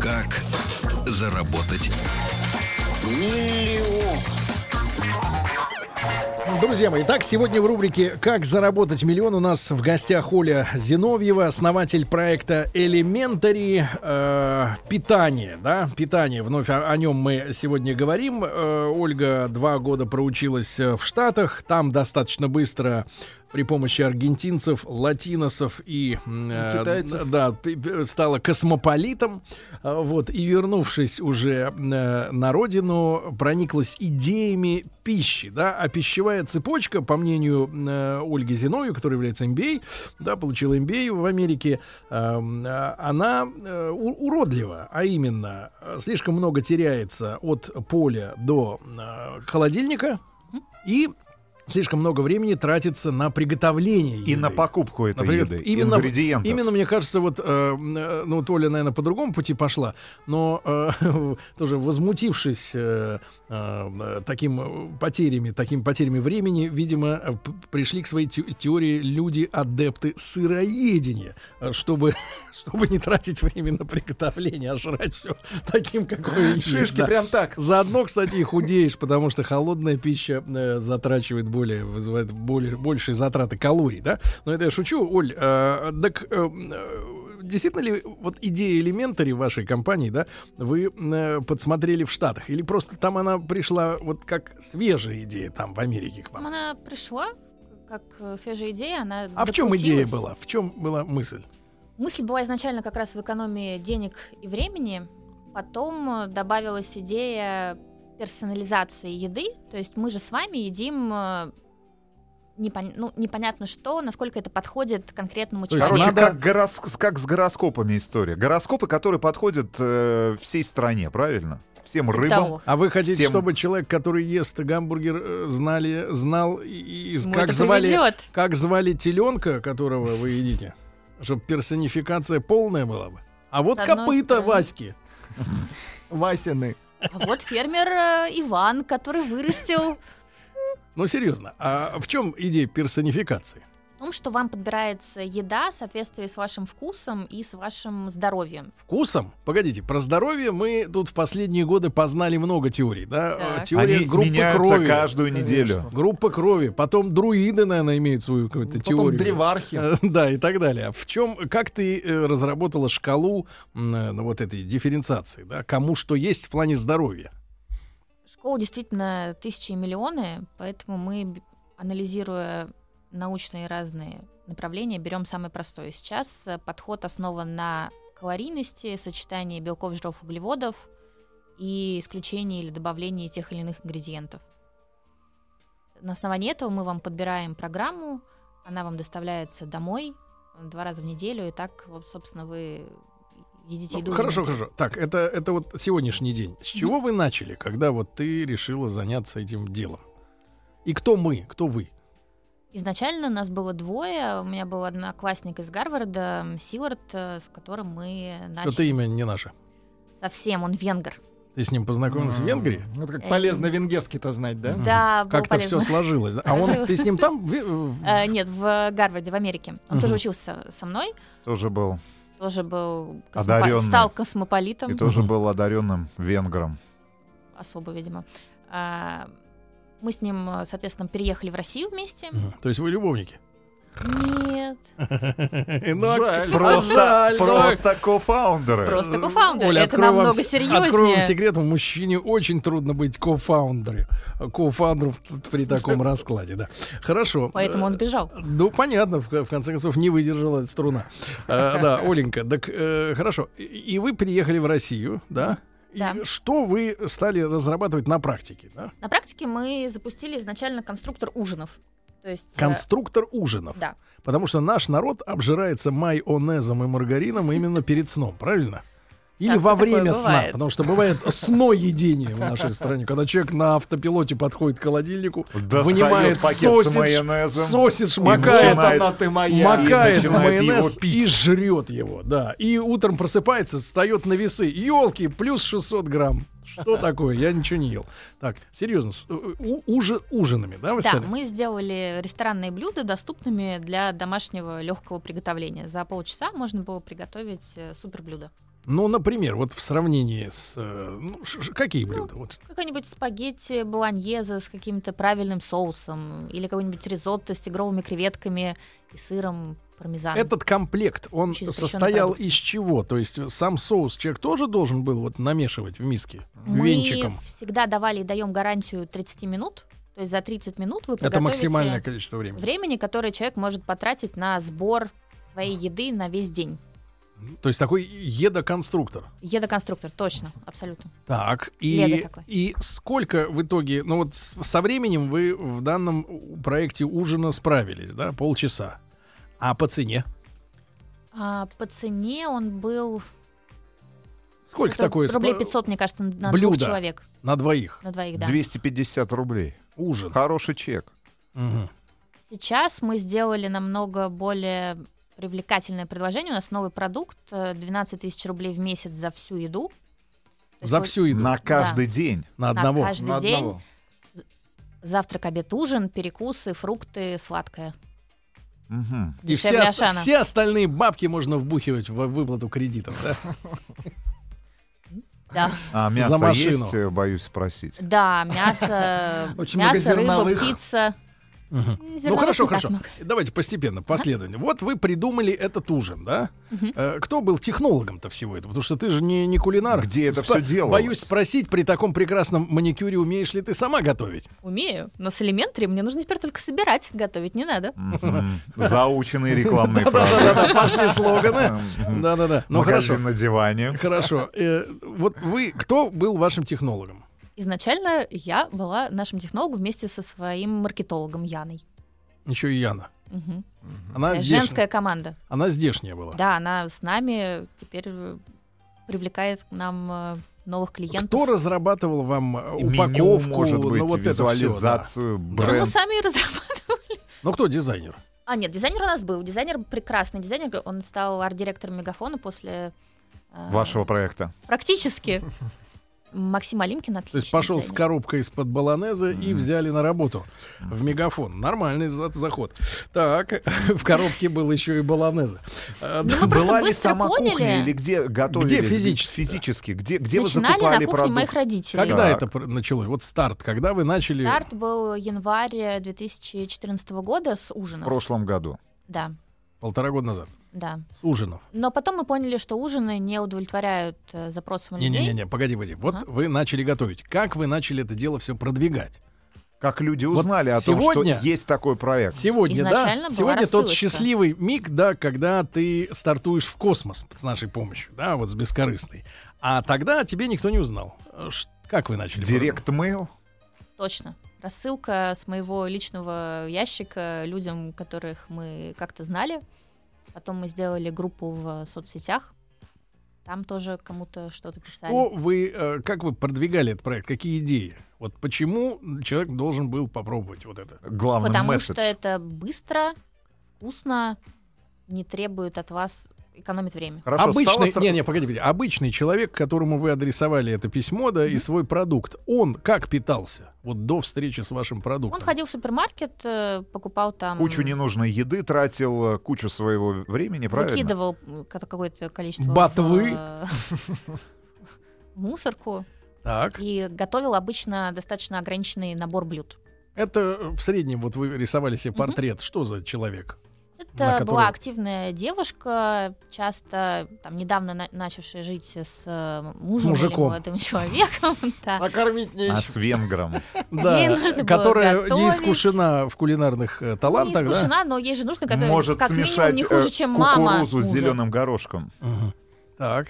S1: Как заработать?
S2: Друзья мои, итак, сегодня в рубрике «Как заработать миллион» у нас в гостях Оля Зиновьева, основатель проекта «Элементари». э, питание, да, питание. Вновь о, о нем мы сегодня говорим. Э, Ольга два года проучилась э, в Штатах. Там достаточно быстро э, при помощи аргентинцев, латиносов и э,
S4: китайцев.
S2: Да, п- п- стала космополитом. А, Вот, и вернувшись уже э, на родину, прониклась идеями пищи. Да? А пищевая цепочка, по мнению э, Ольги Зиновью, которая является MBA, да, получила MBA в Америке, эм, э, она э, у- уродлива, а именно э, слишком много теряется от поля до э, холодильника и слишком много времени тратится на приготовление
S3: И на
S2: еды.
S3: покупку этой
S2: Например,
S3: еды,
S2: именно-
S3: ингредиентов.
S2: Именно, мне кажется, вот, э, э, ну, Толя, наверное, по другому пути пошла, но э, тоже возмутившись э, э, таким э, потерями, такими потерями времени, видимо, э, п- пришли к своей те- теории люди-адепты сыроедения, э, чтобы, чтобы не тратить время на приготовление, а жрать все таким, какое есть.
S4: Шишки
S2: да.
S4: прям так.
S2: Заодно, кстати, и худеешь, потому что холодная пища э, затрачивает более, вызывает более, большие затраты калорий, да? Но это я шучу, Оль. э, так э, э, действительно ли вот идея элементари вашей компании, да, вы э, подсмотрели в Штатах? Или просто там она пришла вот как свежая идея там в Америке к вам?
S5: Она пришла как э, свежая идея, она
S2: А в чем идея
S5: докрутилась.
S2: была? В чем была мысль?
S5: Мысль была изначально как раз в экономии денег и времени, потом э, добавилась идея персонализации еды, то есть мы же с вами едим э, непон- ну, непонятно что, насколько это подходит конкретному
S2: То есть
S5: человеку.
S3: Короче,
S2: надо-
S3: как, гороск- как с гороскопами история. Гороскопы, которые подходят э, всей стране, правильно? Всем
S5: Типа
S3: рыбам.
S5: того.
S2: А вы хотите,
S3: Всем-
S2: чтобы человек, который ест гамбургер, э, знали, знал и, и
S5: К чему
S2: как
S5: это
S2: звали
S5: приведет?
S2: Как звали теленка, которого вы едите? Чтобы персонификация полная была бы. А вот
S5: С одной
S2: копыта
S5: стороны.
S2: Васьки.
S4: Васины.
S5: А вот фермер э, Иван, который вырастил
S2: Ну, серьезно, а в чем идея персонификации?
S5: в том, что вам подбирается еда в соответствии с вашим вкусом и с вашим здоровьем.
S2: Вкусом? Погодите, про здоровье мы тут в последние годы познали много теорий, да?
S5: Так.
S2: Э, Теория
S3: Они
S2: группы
S3: меняются
S2: крови.
S3: каждую
S4: Конечно.
S3: неделю.
S2: Группа крови. Потом друиды, наверное, имеют свою какую-то
S4: Потом
S2: теорию.
S4: древархи.
S2: Э, Да, и так далее. В чем, как ты э, разработала шкалу м, э, ну, вот этой дифференциации, да? Кому что есть в плане здоровья?
S5: Школ действительно тысячи и миллионы, поэтому мы, б- анализируя научные разные направления, берем самое простое. Сейчас э, подход основан на калорийности, сочетании белков, жиров, углеводов и исключении или добавлении тех или иных ингредиентов. На основании этого мы вам подбираем программу, она вам доставляется домой э, два раза в неделю, и так, вот, собственно, вы едите
S2: Ну,
S5: еду.
S2: хорошо,
S5: элементарно.
S2: хорошо. Так, это, это вот сегодняшний день. С чего вы начали, когда вот ты решила заняться этим делом? И кто мы, кто вы?
S5: Изначально нас было двое. У меня был одноклассник из Гарварда, м, Силард, э, с которым мы
S2: Что
S5: начали.
S2: Ну, ты имя не наше.
S5: Совсем, он венгер.
S2: Ты с ним познакомился в Венгрии?
S4: Ну, это
S5: Э,
S4: как полезно венгерский-то знать, да?
S2: Мгм.
S5: Да, было
S2: Как-то все
S5: полезно.
S2: сложилось. да? А он, ты с ним там? в- в-
S5: Э, нет, в Гарварде, в Америке. Он
S2: Мгм.
S5: тоже учился со мной,
S3: Тоже был.
S5: тоже был космопо-
S3: Одарённый.
S5: стал
S3: И
S5: космополитом.
S3: тоже
S2: Мгм.
S3: был одаренным венгром.
S5: Особо, видимо. А, мы с ним, э, соответственно, переехали в Россию вместе.
S2: Мгм. Э, То есть вы любовники?
S5: Нет.
S2: Ну, а
S4: Жаль.
S3: Просто, просто кофаундеры.
S5: Просто кофаундер.
S2: ну, Оля,
S5: Это
S2: открою вам
S5: намного
S2: с- Открою вам
S5: серьезнее.
S2: секрет, мужчине очень трудно быть кофаундером. Кофаундером в- при таком раскладе, да. Хорошо.
S5: Поэтому он сбежал.
S2: Ну, понятно, в, ко- в конце концов, не выдержала эта струна. Э, да, Оленька, так э, хорошо. И- И вы приехали в Россию, да? И
S5: Да.
S2: что вы стали разрабатывать на практике? Да?
S5: На практике мы запустили изначально конструктор ужинов. То есть... э,
S2: Конструктор ужинов.
S5: Да.
S2: Потому что наш народ обжирается майонезом и маргарином именно перед сном, правильно? Или
S5: Часто
S2: во
S5: такое
S2: время сна,
S5: бывает.
S2: потому что бывает сноедение в нашей стране, когда человек на автопилоте подходит к холодильнику,
S3: Достает
S2: вынимает
S3: пакет
S2: сосидж,
S3: с майонезом.
S2: сосидж,
S3: И
S2: макает
S4: Вот
S3: начинает-
S4: она ты моя.
S2: макает в
S3: начинает его
S2: майонез
S3: пить.
S2: и жрет его, да. И утром просыпается, встает на весы. Елки, плюс 600 грамм. Что такое? Я ничего не ел. Так, серьезно, с- э, у- ужи- ужинами, да, вы
S5: Да,
S2: стали?
S5: мы сделали ресторанные блюда доступными для домашнего легкого приготовления. За полчаса можно было приготовить э, суперблюдо.
S2: Ну, например, вот в сравнении с... э, ну, ш- ш- какие блюда? Вот.
S5: Какая-нибудь спагетти болоньезе с каким-то правильным соусом или какой-нибудь ризотто с тигровыми креветками и сыром пармезаном.
S2: Этот комплект, он
S5: Очень запрещенная
S2: состоял
S5: продукция.
S2: из чего? То есть э, сам соус человек тоже должен был вот намешивать в миске
S5: Мы
S2: венчиком?
S5: всегда давали и даем гарантию 30 минут. То есть за 30 минут вы
S2: Это
S5: подготовите
S2: максимальное количество времени.
S5: времени, которое человек может потратить на сбор своей еды на весь день.
S2: То есть такой едоконструктор.
S5: Едоконструктор, точно, абсолютно.
S2: Так,
S5: Лего
S2: и,
S5: такое.
S2: и сколько в итоге, ну вот с- со временем вы в данном у- проекте ужина справились, да, полчаса. А по цене?
S5: А по цене он был
S2: Сколько
S5: это
S2: такое?
S5: рублей
S2: спа-
S5: 500, мне кажется, на
S2: Блюдо.
S5: двух человек.
S2: На двоих.
S5: На двоих, да.
S3: 250 рублей.
S2: Ужин.
S3: Хороший чек.
S2: Мгм.
S5: Сейчас мы сделали намного более привлекательное предложение. У нас новый продукт э, 12 тысяч рублей в месяц за всю еду. То есть
S2: За
S5: вы
S2: всю еду.
S3: На
S2: На,
S3: каждый день.
S5: на
S2: одного.
S5: каждый
S4: На
S5: день
S4: одного.
S5: завтрак, обед, ужин, перекусы, фрукты, сладкое.
S3: Мгм.
S2: И
S5: Дешевле
S2: все, ост-
S5: Ашана.
S2: все остальные бабки можно вбухивать в выплату кредитов, да?
S5: Да.
S3: А мясо
S2: За машину.
S3: есть, э, боюсь спросить.
S5: да, мясо,
S4: Очень
S5: мясо,
S4: много
S5: рыба,
S4: зерновых.
S5: птица.
S2: Мгм.
S5: М,
S2: Ну
S5: зерновых
S2: хорошо,
S5: не так
S2: хорошо.
S5: много.
S2: Давайте постепенно, последовательно. Вот вы придумали этот ужин, да?
S5: Мгм.
S2: Э, Кто был технологом-то всего этого? Потому что ты же не, не кулинар.
S3: Где это
S2: Спа-
S3: всё делалось?
S2: Боюсь спросить, при таком прекрасном маникюре умеешь ли ты сама готовить?
S5: Умею, но с элементари мне нужно теперь только собирать, готовить не надо.
S3: Мгм. Заученные рекламные фразы.
S2: Да-да-да, пошли слоганы.
S3: Мгм.
S2: Да-да-да. Ну хорошо.
S3: Магазин на диване.
S2: Хорошо. Э, Вот вы, кто был вашим технологом?
S5: Изначально я была нашим технологом вместе со своим маркетологом Яной.
S2: Еще и Яна.
S5: Мгм.
S3: А,
S2: Она
S5: Э, Женская
S2: здешняя.
S5: команда.
S2: Она здешняя была.
S5: Да, она с нами теперь э, привлекает к нам э, новых клиентов.
S2: Кто разрабатывал вам э,
S3: Меню,
S2: упаковку,
S3: может
S2: ну
S3: быть,
S2: вот это всё, да.
S3: визуализацию,
S5: Да мы
S3: бренд.
S5: сами и разрабатываем.
S2: Ну кто дизайнер?
S5: А, нет, дизайнер у нас был. Дизайнер прекрасный. Дизайнер, он стал арт-директором Мегафона после... э,
S3: Вашего проекта.
S5: Практически. Максим Алимкин отлично.
S2: То есть пошел с коробкой из-под баланеза и
S3: Мгм.
S2: взяли на работу в мегафон. Нормальный за- заход. Так, в коробке был еще и баланеза. А, да.
S5: Ну, мы просто
S3: Была ли
S5: быстро
S3: сама
S5: поняли.
S3: кухня или где готовились?
S2: физически-то?
S3: Физически. Где, где вы
S5: Начинали на
S3: закупали
S5: кухне моих
S3: продукт?
S5: родителей.
S2: Когда
S3: Так.
S2: это пр- началось? Вот старт, когда вы начали?
S5: Старт был январь 2014 года с ужина.
S3: В прошлом году.
S5: Да,
S2: Полтора года назад.
S5: да.
S2: С ужинов.
S5: Но потом мы поняли, что ужины не удовлетворяют э, запросам людей.
S2: Не-не-не, погоди, погоди. Вот
S5: Ага.
S2: вы начали готовить. Как вы начали это дело все продвигать?
S3: Как люди узнали о том, что
S2: сегодня-
S3: есть такой проект?
S2: Сегодня, да?
S5: Изначально была
S2: Сегодня тот
S5: рассылочка.
S2: счастливый миг, да, когда ты стартуешь в космос с нашей помощью, да, вот с бескорыстной. А тогда тебе никто не узнал. Э, ш- Как вы начали?
S3: Директ-мейл?
S5: Точно. Рассылка с моего личного ящика людям, которых мы как-то знали. Потом мы сделали группу в соцсетях. Там тоже кому-то что-то писали.
S2: Что вы, э, как вы продвигали этот проект? Какие идеи? Вот почему человек должен был попробовать вот это?
S3: Главный
S5: Потому
S3: месседж.
S5: что это быстро, вкусно, не требует от вас экономить время.
S3: Хорошо, стало
S2: обычный,
S3: сра-
S2: не, не, погоди, погоди. обычный человек, которому вы адресовали это письмо, да, и свой продукт, он как питался? Вот до встречи с вашим продуктом.
S5: Он ходил в супермаркет, э, покупал там...
S3: кучу ненужной еды тратил, э, кучу своего времени, правильно?
S5: Выкидывал м, ка- какое-то количество...
S2: Ботвы.
S5: в, э, в мусорку.
S2: Так,
S5: И готовил обычно достаточно ограниченный набор блюд.
S2: это э, в среднем вот вы рисовали себе
S5: Мгм.
S2: портрет. Что за человек? на
S5: Это была
S2: которую-
S5: активная девушка, часто там недавно на- начавшая жить с э, мужем
S2: С
S5: или
S2: мужиком.
S5: молодым человеком. да.
S4: А кормить
S3: А
S4: нечем.
S3: с венгром.
S5: Ей нужно было
S2: которая не
S5: готовить. Ну,
S2: искушена в кулинарных э,
S5: Не
S2: талантах, да?
S5: искушена, но ей же нужно готовить
S3: Может
S5: как минимум
S3: смешать
S5: не
S3: э,
S5: хуже, чем мама.
S3: кукурузу с
S5: мужа.
S3: зеленым горошком.
S2: Мгм. Так.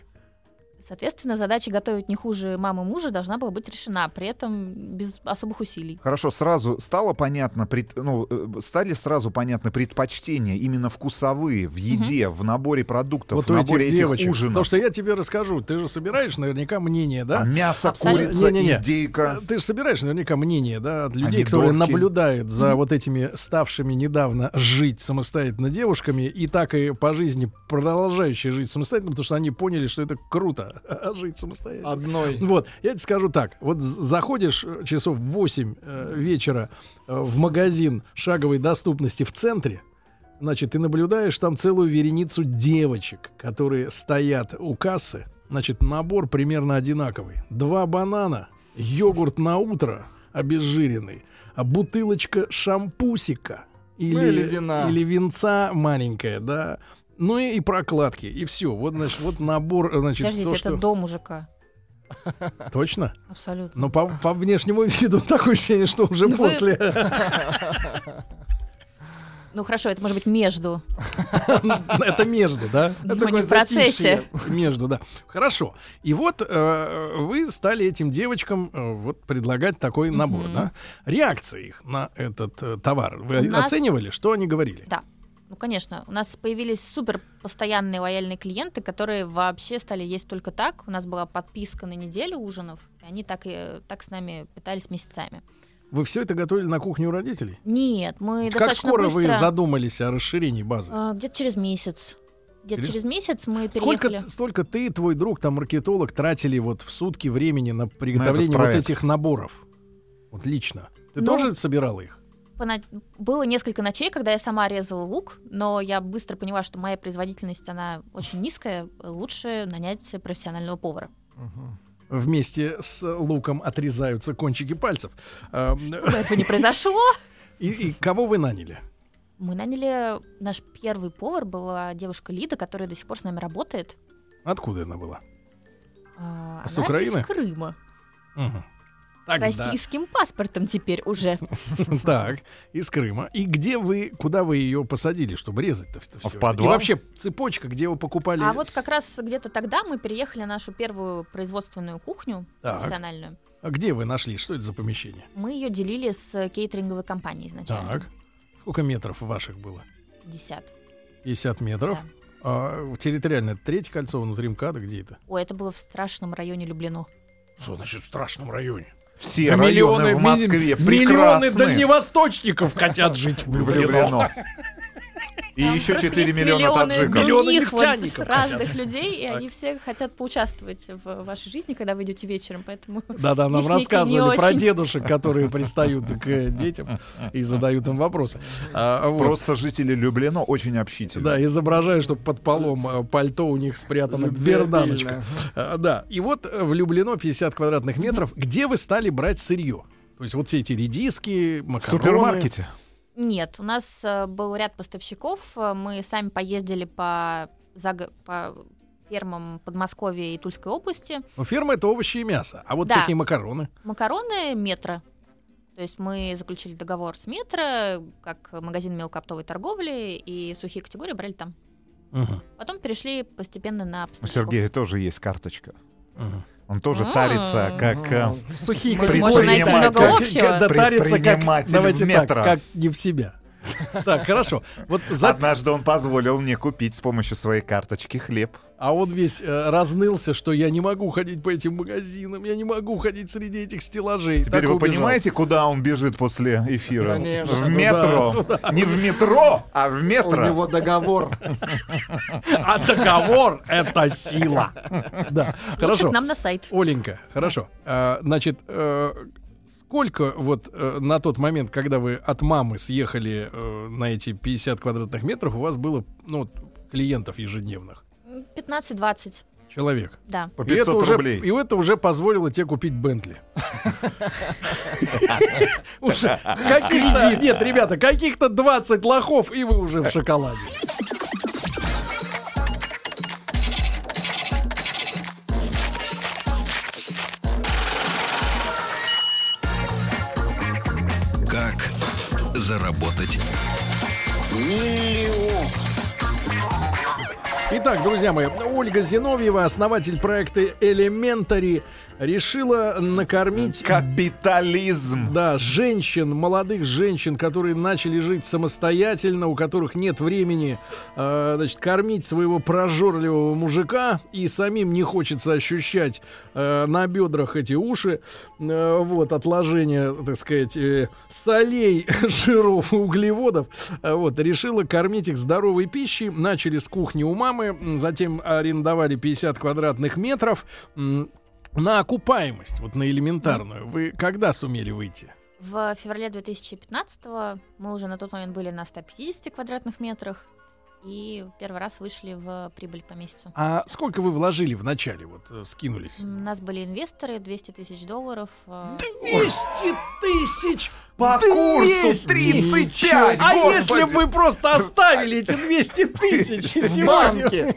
S5: Соответственно, задача готовить не хуже мамы мужа должна была быть решена, а при этом без особых усилий.
S3: Хорошо, сразу стало понятно, пред- ну, э, стали сразу понятны предпочтения именно вкусовые в еде, в наборе продуктов,
S2: вот
S3: в
S2: у
S3: наборе
S2: этих
S3: этих
S2: девочек. Потому
S3: ужинов.
S2: что я тебе расскажу, ты же собираешь наверняка мнение,
S3: Там
S2: да?
S3: Мясо,
S5: Абсолютно.
S3: курица,
S2: Не-не-не.
S3: индейка.
S2: Э, Ты же собираешь наверняка мнение, да, от людей,
S3: Помидорки.
S2: которые наблюдают за вот этими ставшими недавно жить самостоятельно девушками и так и по жизни продолжающие жить самостоятельно, потому что они поняли, что это круто жить самостоятельно.
S4: Одной.
S2: Вот, я тебе скажу так, вот з- заходишь э, часов в 8 э, вечера э, в магазин шаговой доступности в центре, значит, ты наблюдаешь там целую вереницу девочек, которые стоят у кассы, значит, набор примерно одинаковый. Два банана, йогурт на утро обезжиренный, а бутылочка шампусика или,
S4: Ну, или вина.
S2: или винца маленькая, да, ну и, и прокладки, и все. Вот, значит, вот набор, значит,
S5: Подождите,
S2: то,
S5: это
S2: что...
S5: до мужика.
S2: Точно?
S5: Абсолютно.
S2: Но по, по внешнему виду такое ощущение, что уже
S5: Ну, вы-
S2: после.
S5: Ну хорошо, это может быть между.
S2: Это между, да?
S5: но не
S4: такое
S5: в процессе.
S4: затишье.
S2: Между, да. Хорошо. И вот э, вы стали этим девочкам э, вот предлагать такой набор,
S5: Мгм.
S2: да? Реакция их на этот э, товар. Вы
S5: У нас-
S2: оценивали, что они говорили?
S5: Да. Ну, конечно, у нас появились супер постоянные лояльные клиенты, которые вообще стали есть только так. У нас была подписка на неделю ужинов, и они так и так с нами питались месяцами.
S2: Вы все это готовили на кухню у родителей?
S5: Нет, мы
S2: как
S5: достаточно
S2: скоро
S5: быстро.
S2: вы задумались о расширении базы?
S5: А, Где-то через месяц. Где-то
S2: Через-
S5: через месяц мы переехали.
S2: Сколько, столько ты, твой друг, там, маркетолог, тратили вот в сутки времени на приготовление вот
S3: проект.
S2: этих наборов? Вот лично. Ты
S5: Ну,
S2: тоже собирала их?
S5: Пона- Было несколько ночей, когда я сама резала лук, но я быстро поняла, что моя производительность, она очень низкая. Лучше нанять профессионального повара.
S4: Мгм.
S2: Вместе с луком отрезаются кончики пальцев. Эм,
S5: Но этого не произошло.
S2: И, и кого вы наняли?
S5: Мы наняли... Наш первый повар была девушка Лида, которая до сих пор с нами работает.
S2: Откуда она была?
S5: А,
S2: С
S5: она
S2: Украины?
S5: из Крыма.
S2: Мгм. Тогда-
S5: Российским паспортом теперь уже.
S2: Так, из Крыма. И где вы, куда вы ее посадили, чтобы резать-то все?
S3: А В подвал?
S2: И вообще цепочка, где вы покупали?
S5: А вот
S2: с-
S5: как раз где-то тогда мы переехали на нашу первую производственную кухню
S2: Так.
S5: профессиональную.
S2: А Где вы нашли? Что это за помещение?
S5: Мы ее делили с кейтеринговой компанией изначально.
S2: Так. Сколько метров ваших было?
S5: 50.
S2: 50 метров.
S5: Да.
S2: А, территориально это третье кольцо внутри МКАДа, где это?
S5: Ой, это было в страшном районе Люблено.
S2: Что значит в страшном районе?
S3: Все
S2: Да
S3: районы в Москве
S2: мили-
S3: прекрасны.
S2: миллионы дальневосточников хотят жить в Люблино.
S3: Влюблено. И
S5: Там
S3: еще
S5: просто
S3: 4
S5: есть
S3: миллиона таджиков.
S2: Миллионы
S5: других вот
S2: нефтяников
S5: разных людей, и
S2: Так.
S5: они все хотят поучаствовать в вашей жизни, когда вы идете вечером, поэтому...
S2: Да-да, нам
S5: Мясники не
S2: рассказывали про
S5: очень.
S2: дедушек, которые пристают к э, детям и задают им вопросы. А, вот.
S3: Просто жители Люблено очень общительны.
S2: Да, изображаю, что под полом э, пальто у них спрятана берданочка.
S4: Любвеобильно.
S2: А, Да, и вот э, влюблено 50 квадратных метров. Где вы стали брать сырье? То есть вот все эти редиски,
S3: В
S2: макароны.
S3: супермаркете.
S5: Нет, у нас э, был ряд поставщиков, э, мы сами поездили по, заго- по фермам Подмосковья и Тульской области.
S2: Ну, ферма это овощи и мясо, а вот
S5: Да.
S2: всякие макароны.
S5: Макароны метро. То есть мы заключили договор с метро, как магазин мелкооптовой торговли, и сухие категории брали там.
S2: Мгм,
S5: Потом перешли постепенно на
S3: У
S5: поставщиков.
S3: Сергея тоже есть карточка.
S2: мгм.
S3: Он тоже
S5: М.
S3: тарится, как э,
S4: Сухие
S5: Мы же можем найти
S3: предприниматель.
S5: много
S3: Как-
S5: общего.
S2: Да тарится как,
S3: Предприниматель
S2: давайте
S3: в
S2: так,
S3: метро.
S2: как не в себя. Так, хорошо. Вот за-
S3: однажды он позволил мне купить с помощью своей карточки хлеб.
S2: А он весь э, разнылся, что я не могу ходить по этим магазинам, я не могу ходить среди этих стеллажей.
S3: Теперь
S2: Так
S3: вы
S2: убежал.
S3: понимаете, куда он бежит после эфира?
S4: Конечно,
S3: в
S4: туда,
S3: метро. Не в метро, а в
S4: У
S3: метро.
S4: него договор.
S2: А договор — это сила. Да,
S5: Лучше
S2: хорошо.
S5: к нам на сайт.
S2: Оленька, хорошо. А, Значит, э, сколько вот э, на тот момент, когда вы от мамы съехали э, на эти 50 квадратных метров, у вас было ну, вот, клиентов ежедневных?
S5: 15-20,
S2: Человек.
S5: да.
S3: По
S2: И это
S3: 500
S2: уже-
S3: рублей.
S2: И это уже позволило тебе купить Бентли. Уже каких-то- Нет, ребята, каких-то 20 лохов, и вы уже в шоколаде.
S1: Как заработать?
S2: Итак, друзья мои, Ольга Зиновьева, основатель проекта Elementary, решила накормить...
S3: Капитализм.
S2: Да, женщин, молодых женщин, которые начали жить самостоятельно, у которых нет времени, э, значит, кормить своего прожорливого мужика, и самим не хочется ощущать э, на бедрах эти уши, э, вот, отложение, так сказать, э, солей, жиров и углеводов, Э, вот, решила кормить их здоровой пищей, начали с кухни у мамы, м, затем арендовали 50 квадратных метров, м, на окупаемость, вот на элементарную, вы когда сумели выйти?
S5: В феврале 2015 мы уже на тот момент были на 150 квадратных метрах и в первый раз вышли в прибыль по месяцу.
S2: А сколько вы вложили в начале, вот э, скинулись?
S5: У нас были инвесторы, 200 тысяч долларов. э,
S2: 200 тысяч!
S3: По курсу 35.
S2: А
S3: господи.
S2: если бы вы просто оставили эти 200 тысяч и
S4: В
S2: сегодня...
S4: банке.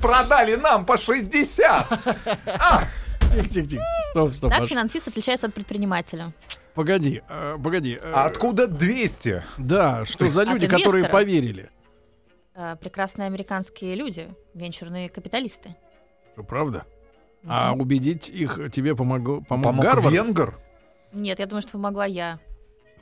S3: Продали нам по 60. А,
S2: Тихо, тихо, тихо. Стоп, стоп.
S5: Так
S2: Маш.
S5: финансист отличается от предпринимателя.
S2: Погоди, э, погоди. э,
S3: А откуда 200?
S2: Да, что за
S5: От
S2: люди, которые
S5: инвестора?
S2: поверили?
S5: Э, Прекрасные американские люди, венчурные капиталисты.
S2: Что, Правда? А убедить их тебе помогло, помог,
S3: Помог
S2: Гарвард?
S3: венгер?
S5: Нет, я думаю, что помогла я.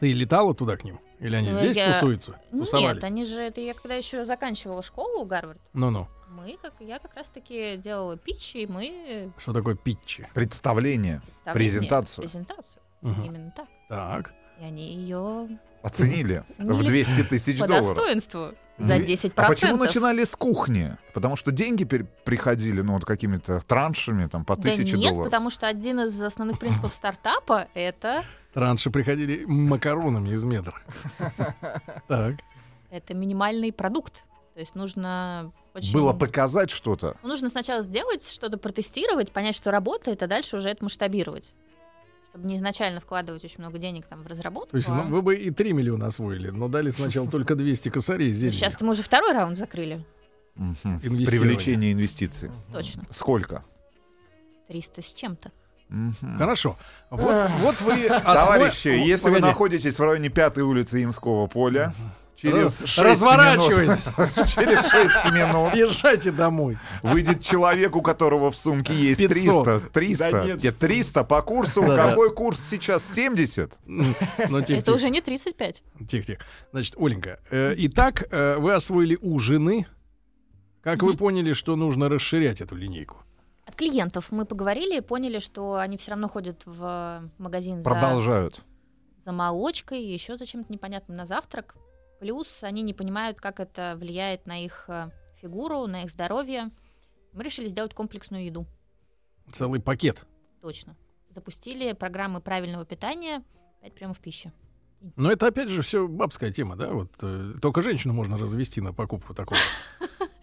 S2: Ты летала туда к ним? Или они
S5: Ну,
S2: здесь
S5: я-
S2: тусуются?
S5: Нет,
S2: Тусовались?
S5: они же, это я когда еще заканчивала школу Гарвард,
S2: Ну-ну.
S5: мы, как я как раз-таки делала питчи, и мы
S2: Что такое питчи?
S3: Представление.
S5: представляли
S3: Презентацию.
S5: презентацию.
S2: Мгм.
S5: Именно так.
S2: Так.
S5: И они ее
S3: Оценили в
S5: Оценили.
S3: 200 тысяч
S5: по
S3: долларов.
S5: достоинству за
S2: Мгм.
S5: 10%.
S3: А почему начинали с кухни? Потому что деньги пер- приходили, ну, вот какими-то траншами, там, по
S5: да
S3: тысяче
S5: нет,
S3: долларов.
S5: потому что один из основных принципов стартапа — это,
S2: Раньше приходили макаронами из метра. Так.
S5: это минимальный продукт. То есть нужно очень...
S3: Было показать что-то.
S5: Ну, Нужно сначала сделать что-то, протестировать, понять, что работает, а дальше уже это масштабировать. Чтобы не изначально вкладывать очень много денег там в разработку. а
S2: То есть ну, вы бы и 3 миллиона освоили, но дали сначала только 200 косарей зелени.
S5: Сейчас мы уже второй раунд закрыли.
S3: Мгм.
S2: Инвестирование.
S3: Привлечение инвестиций.
S5: Точно.
S3: Сколько?
S5: 300 с чем-то.
S3: Мгм.
S2: Хорошо. Вот, вот вы... осво-
S3: Товарищи,
S2: А О,
S3: если вы
S2: погоди.
S3: находитесь в районе пятой улицы Имского поля, через
S2: Раз-
S3: шесть минут-
S2: Разворачивайтесь,
S3: Через 6 минут
S2: езжайте домой.
S3: выйдет человек, у которого в сумке есть
S2: 500.
S3: 300. 300.
S4: Да нет,
S3: Нет, 300 по курсу.
S2: Да-да.
S3: Какой курс сейчас? 70?
S2: Но
S5: это уже не 35.
S2: Тихо-тихо. Значит, Оленька, э, итак, э, вы освоили ужины. Как вы
S5: Мгм.
S2: поняли, что нужно расширять эту линейку?
S5: От клиентов мы поговорили и поняли, что они все равно ходят в магазин за,
S3: Продолжают.
S5: за молочкой, еще за чем-то непонятным на завтрак. Плюс они не понимают, как это влияет на их э, фигуру, на их здоровье. Мы решили сделать комплексную еду.
S2: Целый пакет.
S5: Точно. Запустили программы правильного питания, опять прямо в пище.
S2: Но это, опять же, все бабская тема, да? Вот э, только женщину можно развести на покупку такого.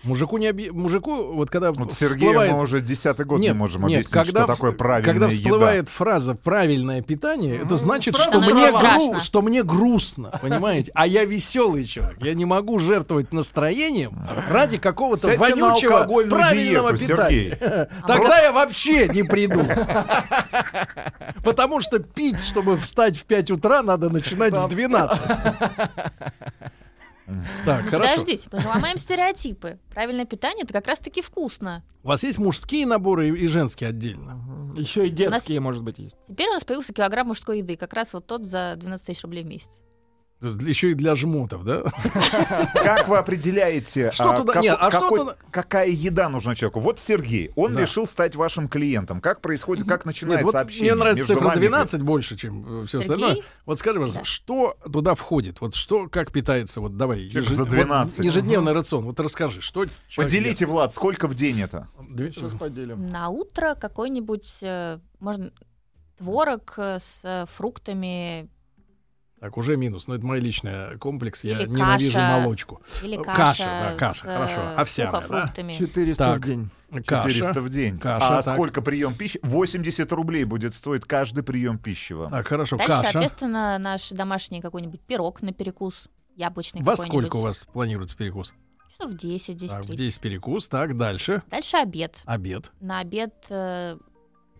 S2: Мужику не объ... Мужику, вот когда
S3: Вот Сергею
S2: всплывает...
S3: мы уже десятый год не можем
S2: нет,
S3: объяснить,
S2: когда
S3: что
S2: вс-
S3: такое правильная
S2: Когда
S3: еда.
S2: всплывает фраза «правильное питание», это
S4: М,
S2: значит,
S4: сразу
S2: что мне,
S5: становится
S2: гру-
S5: страшно.
S2: что мне грустно, понимаете? А я веселый человек. Я не могу жертвовать настроением ради какого-то
S3: Сядьте на
S2: вонючего
S3: алкогольную
S2: правильного
S3: диету,
S2: питания.
S3: Сергей.
S2: Тогда я вообще не приду. Потому что пить, чтобы встать в 5 утра, надо начинать в 12. Так, хорошо.
S5: Подождите, поломаем стереотипы. Правильное питание это как раз-таки вкусно.
S2: У вас есть мужские наборы и и женские отдельно?
S4: Еще и детские, может быть, есть.
S5: Теперь у нас появился килограмм мужской еды, как раз вот тот за 12 тысяч рублей в месяц.
S2: Еще и для жмотов, да?
S3: Как вы определяете,
S2: Что
S3: а,
S2: туда-
S3: како-
S2: нет, а что
S3: какой-
S2: туда-
S3: какая еда нужна человеку? Вот Сергей, он
S2: Да.
S3: решил стать вашим клиентом. Как происходит, как
S2: Нет,
S3: начинается
S2: вот
S3: общение?
S2: мне нравится
S3: между
S2: цифра
S3: вами?
S2: 12 больше, чем все
S5: Сергей?
S2: остальное. Вот скажи, пожалуйста,
S5: Да.
S2: что туда входит? Вот что, как питается? Вот давай,
S3: Человек за
S2: вот
S3: 12.
S2: ежедневный рацион. Вот расскажи, что человек ест?
S3: Поделите, Влад, сколько в день это?
S2: Две-
S4: Сейчас поделим.
S5: На утро какой-нибудь, э, можно, творог э, с э, фруктами
S2: Так, уже минус. Но это мой личный э, комплекс. Я
S5: Или
S2: ненавижу
S5: каша.
S2: молочку.
S5: или
S2: Э,
S5: каша.
S2: каша, да, каша,
S5: с, э,
S2: хорошо, овсяная, да?
S5: сухофруктами.
S4: 400
S2: Так.
S4: в день.
S2: Каша.
S3: 400 в день.
S2: Каша,
S3: а
S2: так.
S3: сколько прием пищи? 80 рублей будет стоить каждый прием пищи вам.
S2: Так, А, хорошо,
S5: Дальше,
S2: каша.
S5: соответственно, наш домашний какой-нибудь пирог на перекус, яблочный
S2: Во
S5: какой-нибудь.
S2: сколько у вас планируется перекус?
S5: Часов в 10, 10,
S2: Так, в
S5: 30.
S2: 10 перекус, так, дальше.
S5: Дальше обед.
S2: Обед.
S5: На обед э,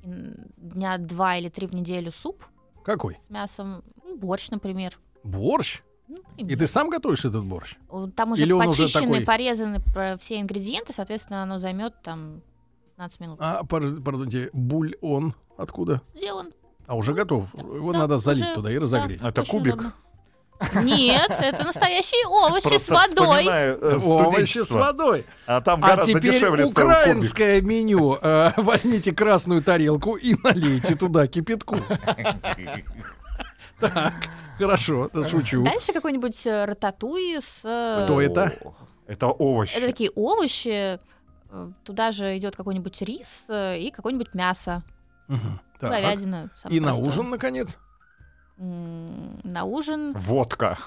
S5: м, дня два или три в неделю суп
S2: Какой?
S5: с мясом, ну, борщ, например.
S2: Борщ?
S5: Ну,
S2: И
S5: например.
S2: ты сам готовишь этот борщ?
S5: У- Там уже
S2: или он уже
S5: почищены,
S2: такой?
S5: порезаны про- все ингредиенты, соответственно, оно займет там 15 минут.
S2: А, пар- пардонте, бульон откуда?
S5: Сделан.
S2: А уже готов. Его
S5: Да,
S2: надо залить
S5: уже,
S2: туда и
S5: да.
S2: разогреть.
S3: Это
S5: Очень
S3: кубик?
S5: удобно. Нет, это настоящие овощи с
S3: Просто
S5: водой.
S3: вспоминаю, э,
S2: Овощи с
S3: студенчество.
S2: водой.
S3: А там
S2: А
S3: гораздо
S2: теперь
S3: дешевле стоил кубик.
S2: украинское меню. Э, Возьмите красную тарелку и налейте туда кипятку. Так, хорошо, шучу.
S5: Дальше какой-нибудь э, рататуи с... э,
S2: Кто это?
S3: О, Это овощи.
S5: Это такие овощи, э, туда же идет какой-нибудь рис э, и какое-нибудь мясо.
S2: Мгм, так.
S5: Говядина. самое
S2: И на
S5: простое.
S2: ужин, наконец?
S5: М, На ужин
S3: Водка.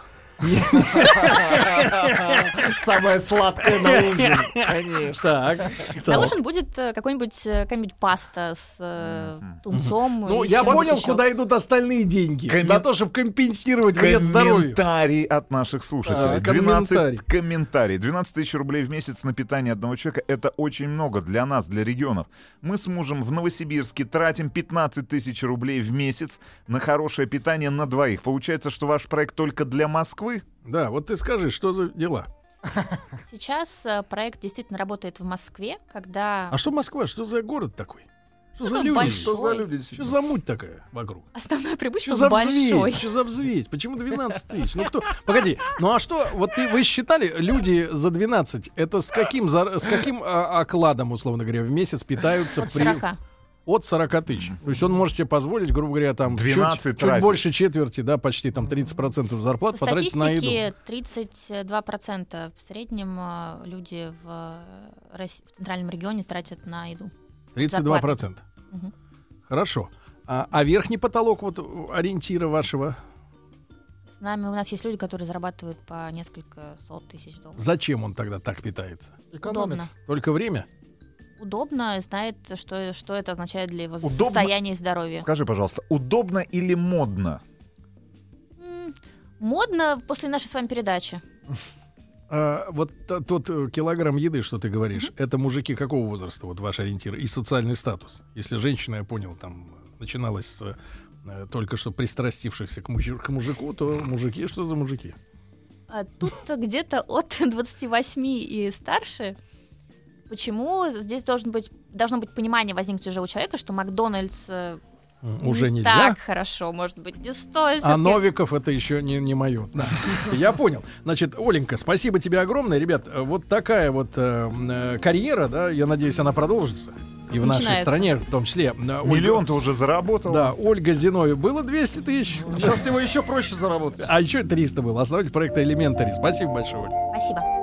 S4: Самое сладкое на ужин. Конечно.
S2: Так.
S5: На ужин будет э, какой-нибудь э, какая-нибудь паста с э,
S3: Мгм.
S5: тунцом.
S2: Ну,
S5: и
S2: я
S5: чем-нибудь
S2: понял,
S5: еще.
S2: куда идут остальные деньги.
S3: Коммен-
S2: На то, чтобы компенсировать вред здоровью.
S3: Комментарий от наших слушателей.
S2: А,
S3: 12
S2: комментарий.
S3: комментарий. 12 тысяч рублей в месяц на питание одного человека — это очень много для нас, для регионов. Мы с мужем в Новосибирске тратим 15 тысяч рублей в месяц на хорошее питание на двоих. Получается, что ваш проект только для Москвы?
S2: Да, вот ты скажи, что за дела?
S5: Сейчас э, проект действительно работает в Москве, когда
S2: А что Москва? Что за город такой? Что за
S5: он
S2: люди?
S5: Ну, большой.
S2: Что за,
S4: люди?
S2: что за муть такая вокруг?
S5: основная
S2: Что
S5: привычка
S2: за
S5: большой.
S2: взвесь? Что за взвесь? Почему 12 тысяч? Ну кто? Погоди, ну а что, вот ты, вы считали, люди за 12, это с каким, зар- с каким а, окладом, условно говоря, в месяц питаются?
S5: От
S2: при-
S5: 40.
S2: От 40 тысяч. То есть он может себе позволить, грубо говоря, там чуть-
S3: 12
S2: чуть,
S3: тратит.
S2: больше четверти, да, почти там 30% зарплат
S5: По
S2: потратить на еду.
S5: статистике 32% в среднем э, люди в, э, Рос- в центральном регионе тратят на еду.
S2: 32%.
S5: Мгм.
S2: Хорошо. А, а верхний потолок вот у- ориентира вашего
S5: С нами у нас есть люди, которые зарабатывают по несколько сот тысяч долларов.
S2: Зачем он тогда так питается?
S5: Удобно.
S2: Только время?
S5: Удобно, знает, что, что это означает для его
S3: Удобно?
S5: состояния и здоровья.
S3: Скажи, пожалуйста, удобно или модно?
S5: М, Модно после нашей с вами передачи.
S2: А, вот т- тот э, килограмм еды, что ты говоришь, это мужики какого возраста, вот ваш ориентир, и социальный статус? Если женщина, я понял, там э, начиналась с э, только что пристрастившихся к, мужи- к мужику, то мужики, что за мужики?
S5: А Тут где-то от 28 и старше. Почему? Здесь должен быть, должно быть понимание возникнуть уже у человека, что Макдональдс э,
S2: М, Уже
S5: не
S2: нельзя.
S5: так хорошо, может быть, не стоит.
S2: А
S5: всё-таки.
S2: Новиков это еще не, не мое. Да. Я понял. Значит, Оленька, спасибо тебе огромное. Ребят, э, вот такая вот э, м, э, карьера, да, я надеюсь, она продолжится. И в нашей
S5: Начинается.
S2: стране, в том числе. Э, Ольга-
S3: Миллион-то уже заработал.
S2: Да, Ольга Зиновьев. Было 200 тысяч.
S4: Сейчас его еще проще заработать.
S2: А еще 300 было. Основатель проекта Elementary. Спасибо большое, Оль.
S5: Спасибо.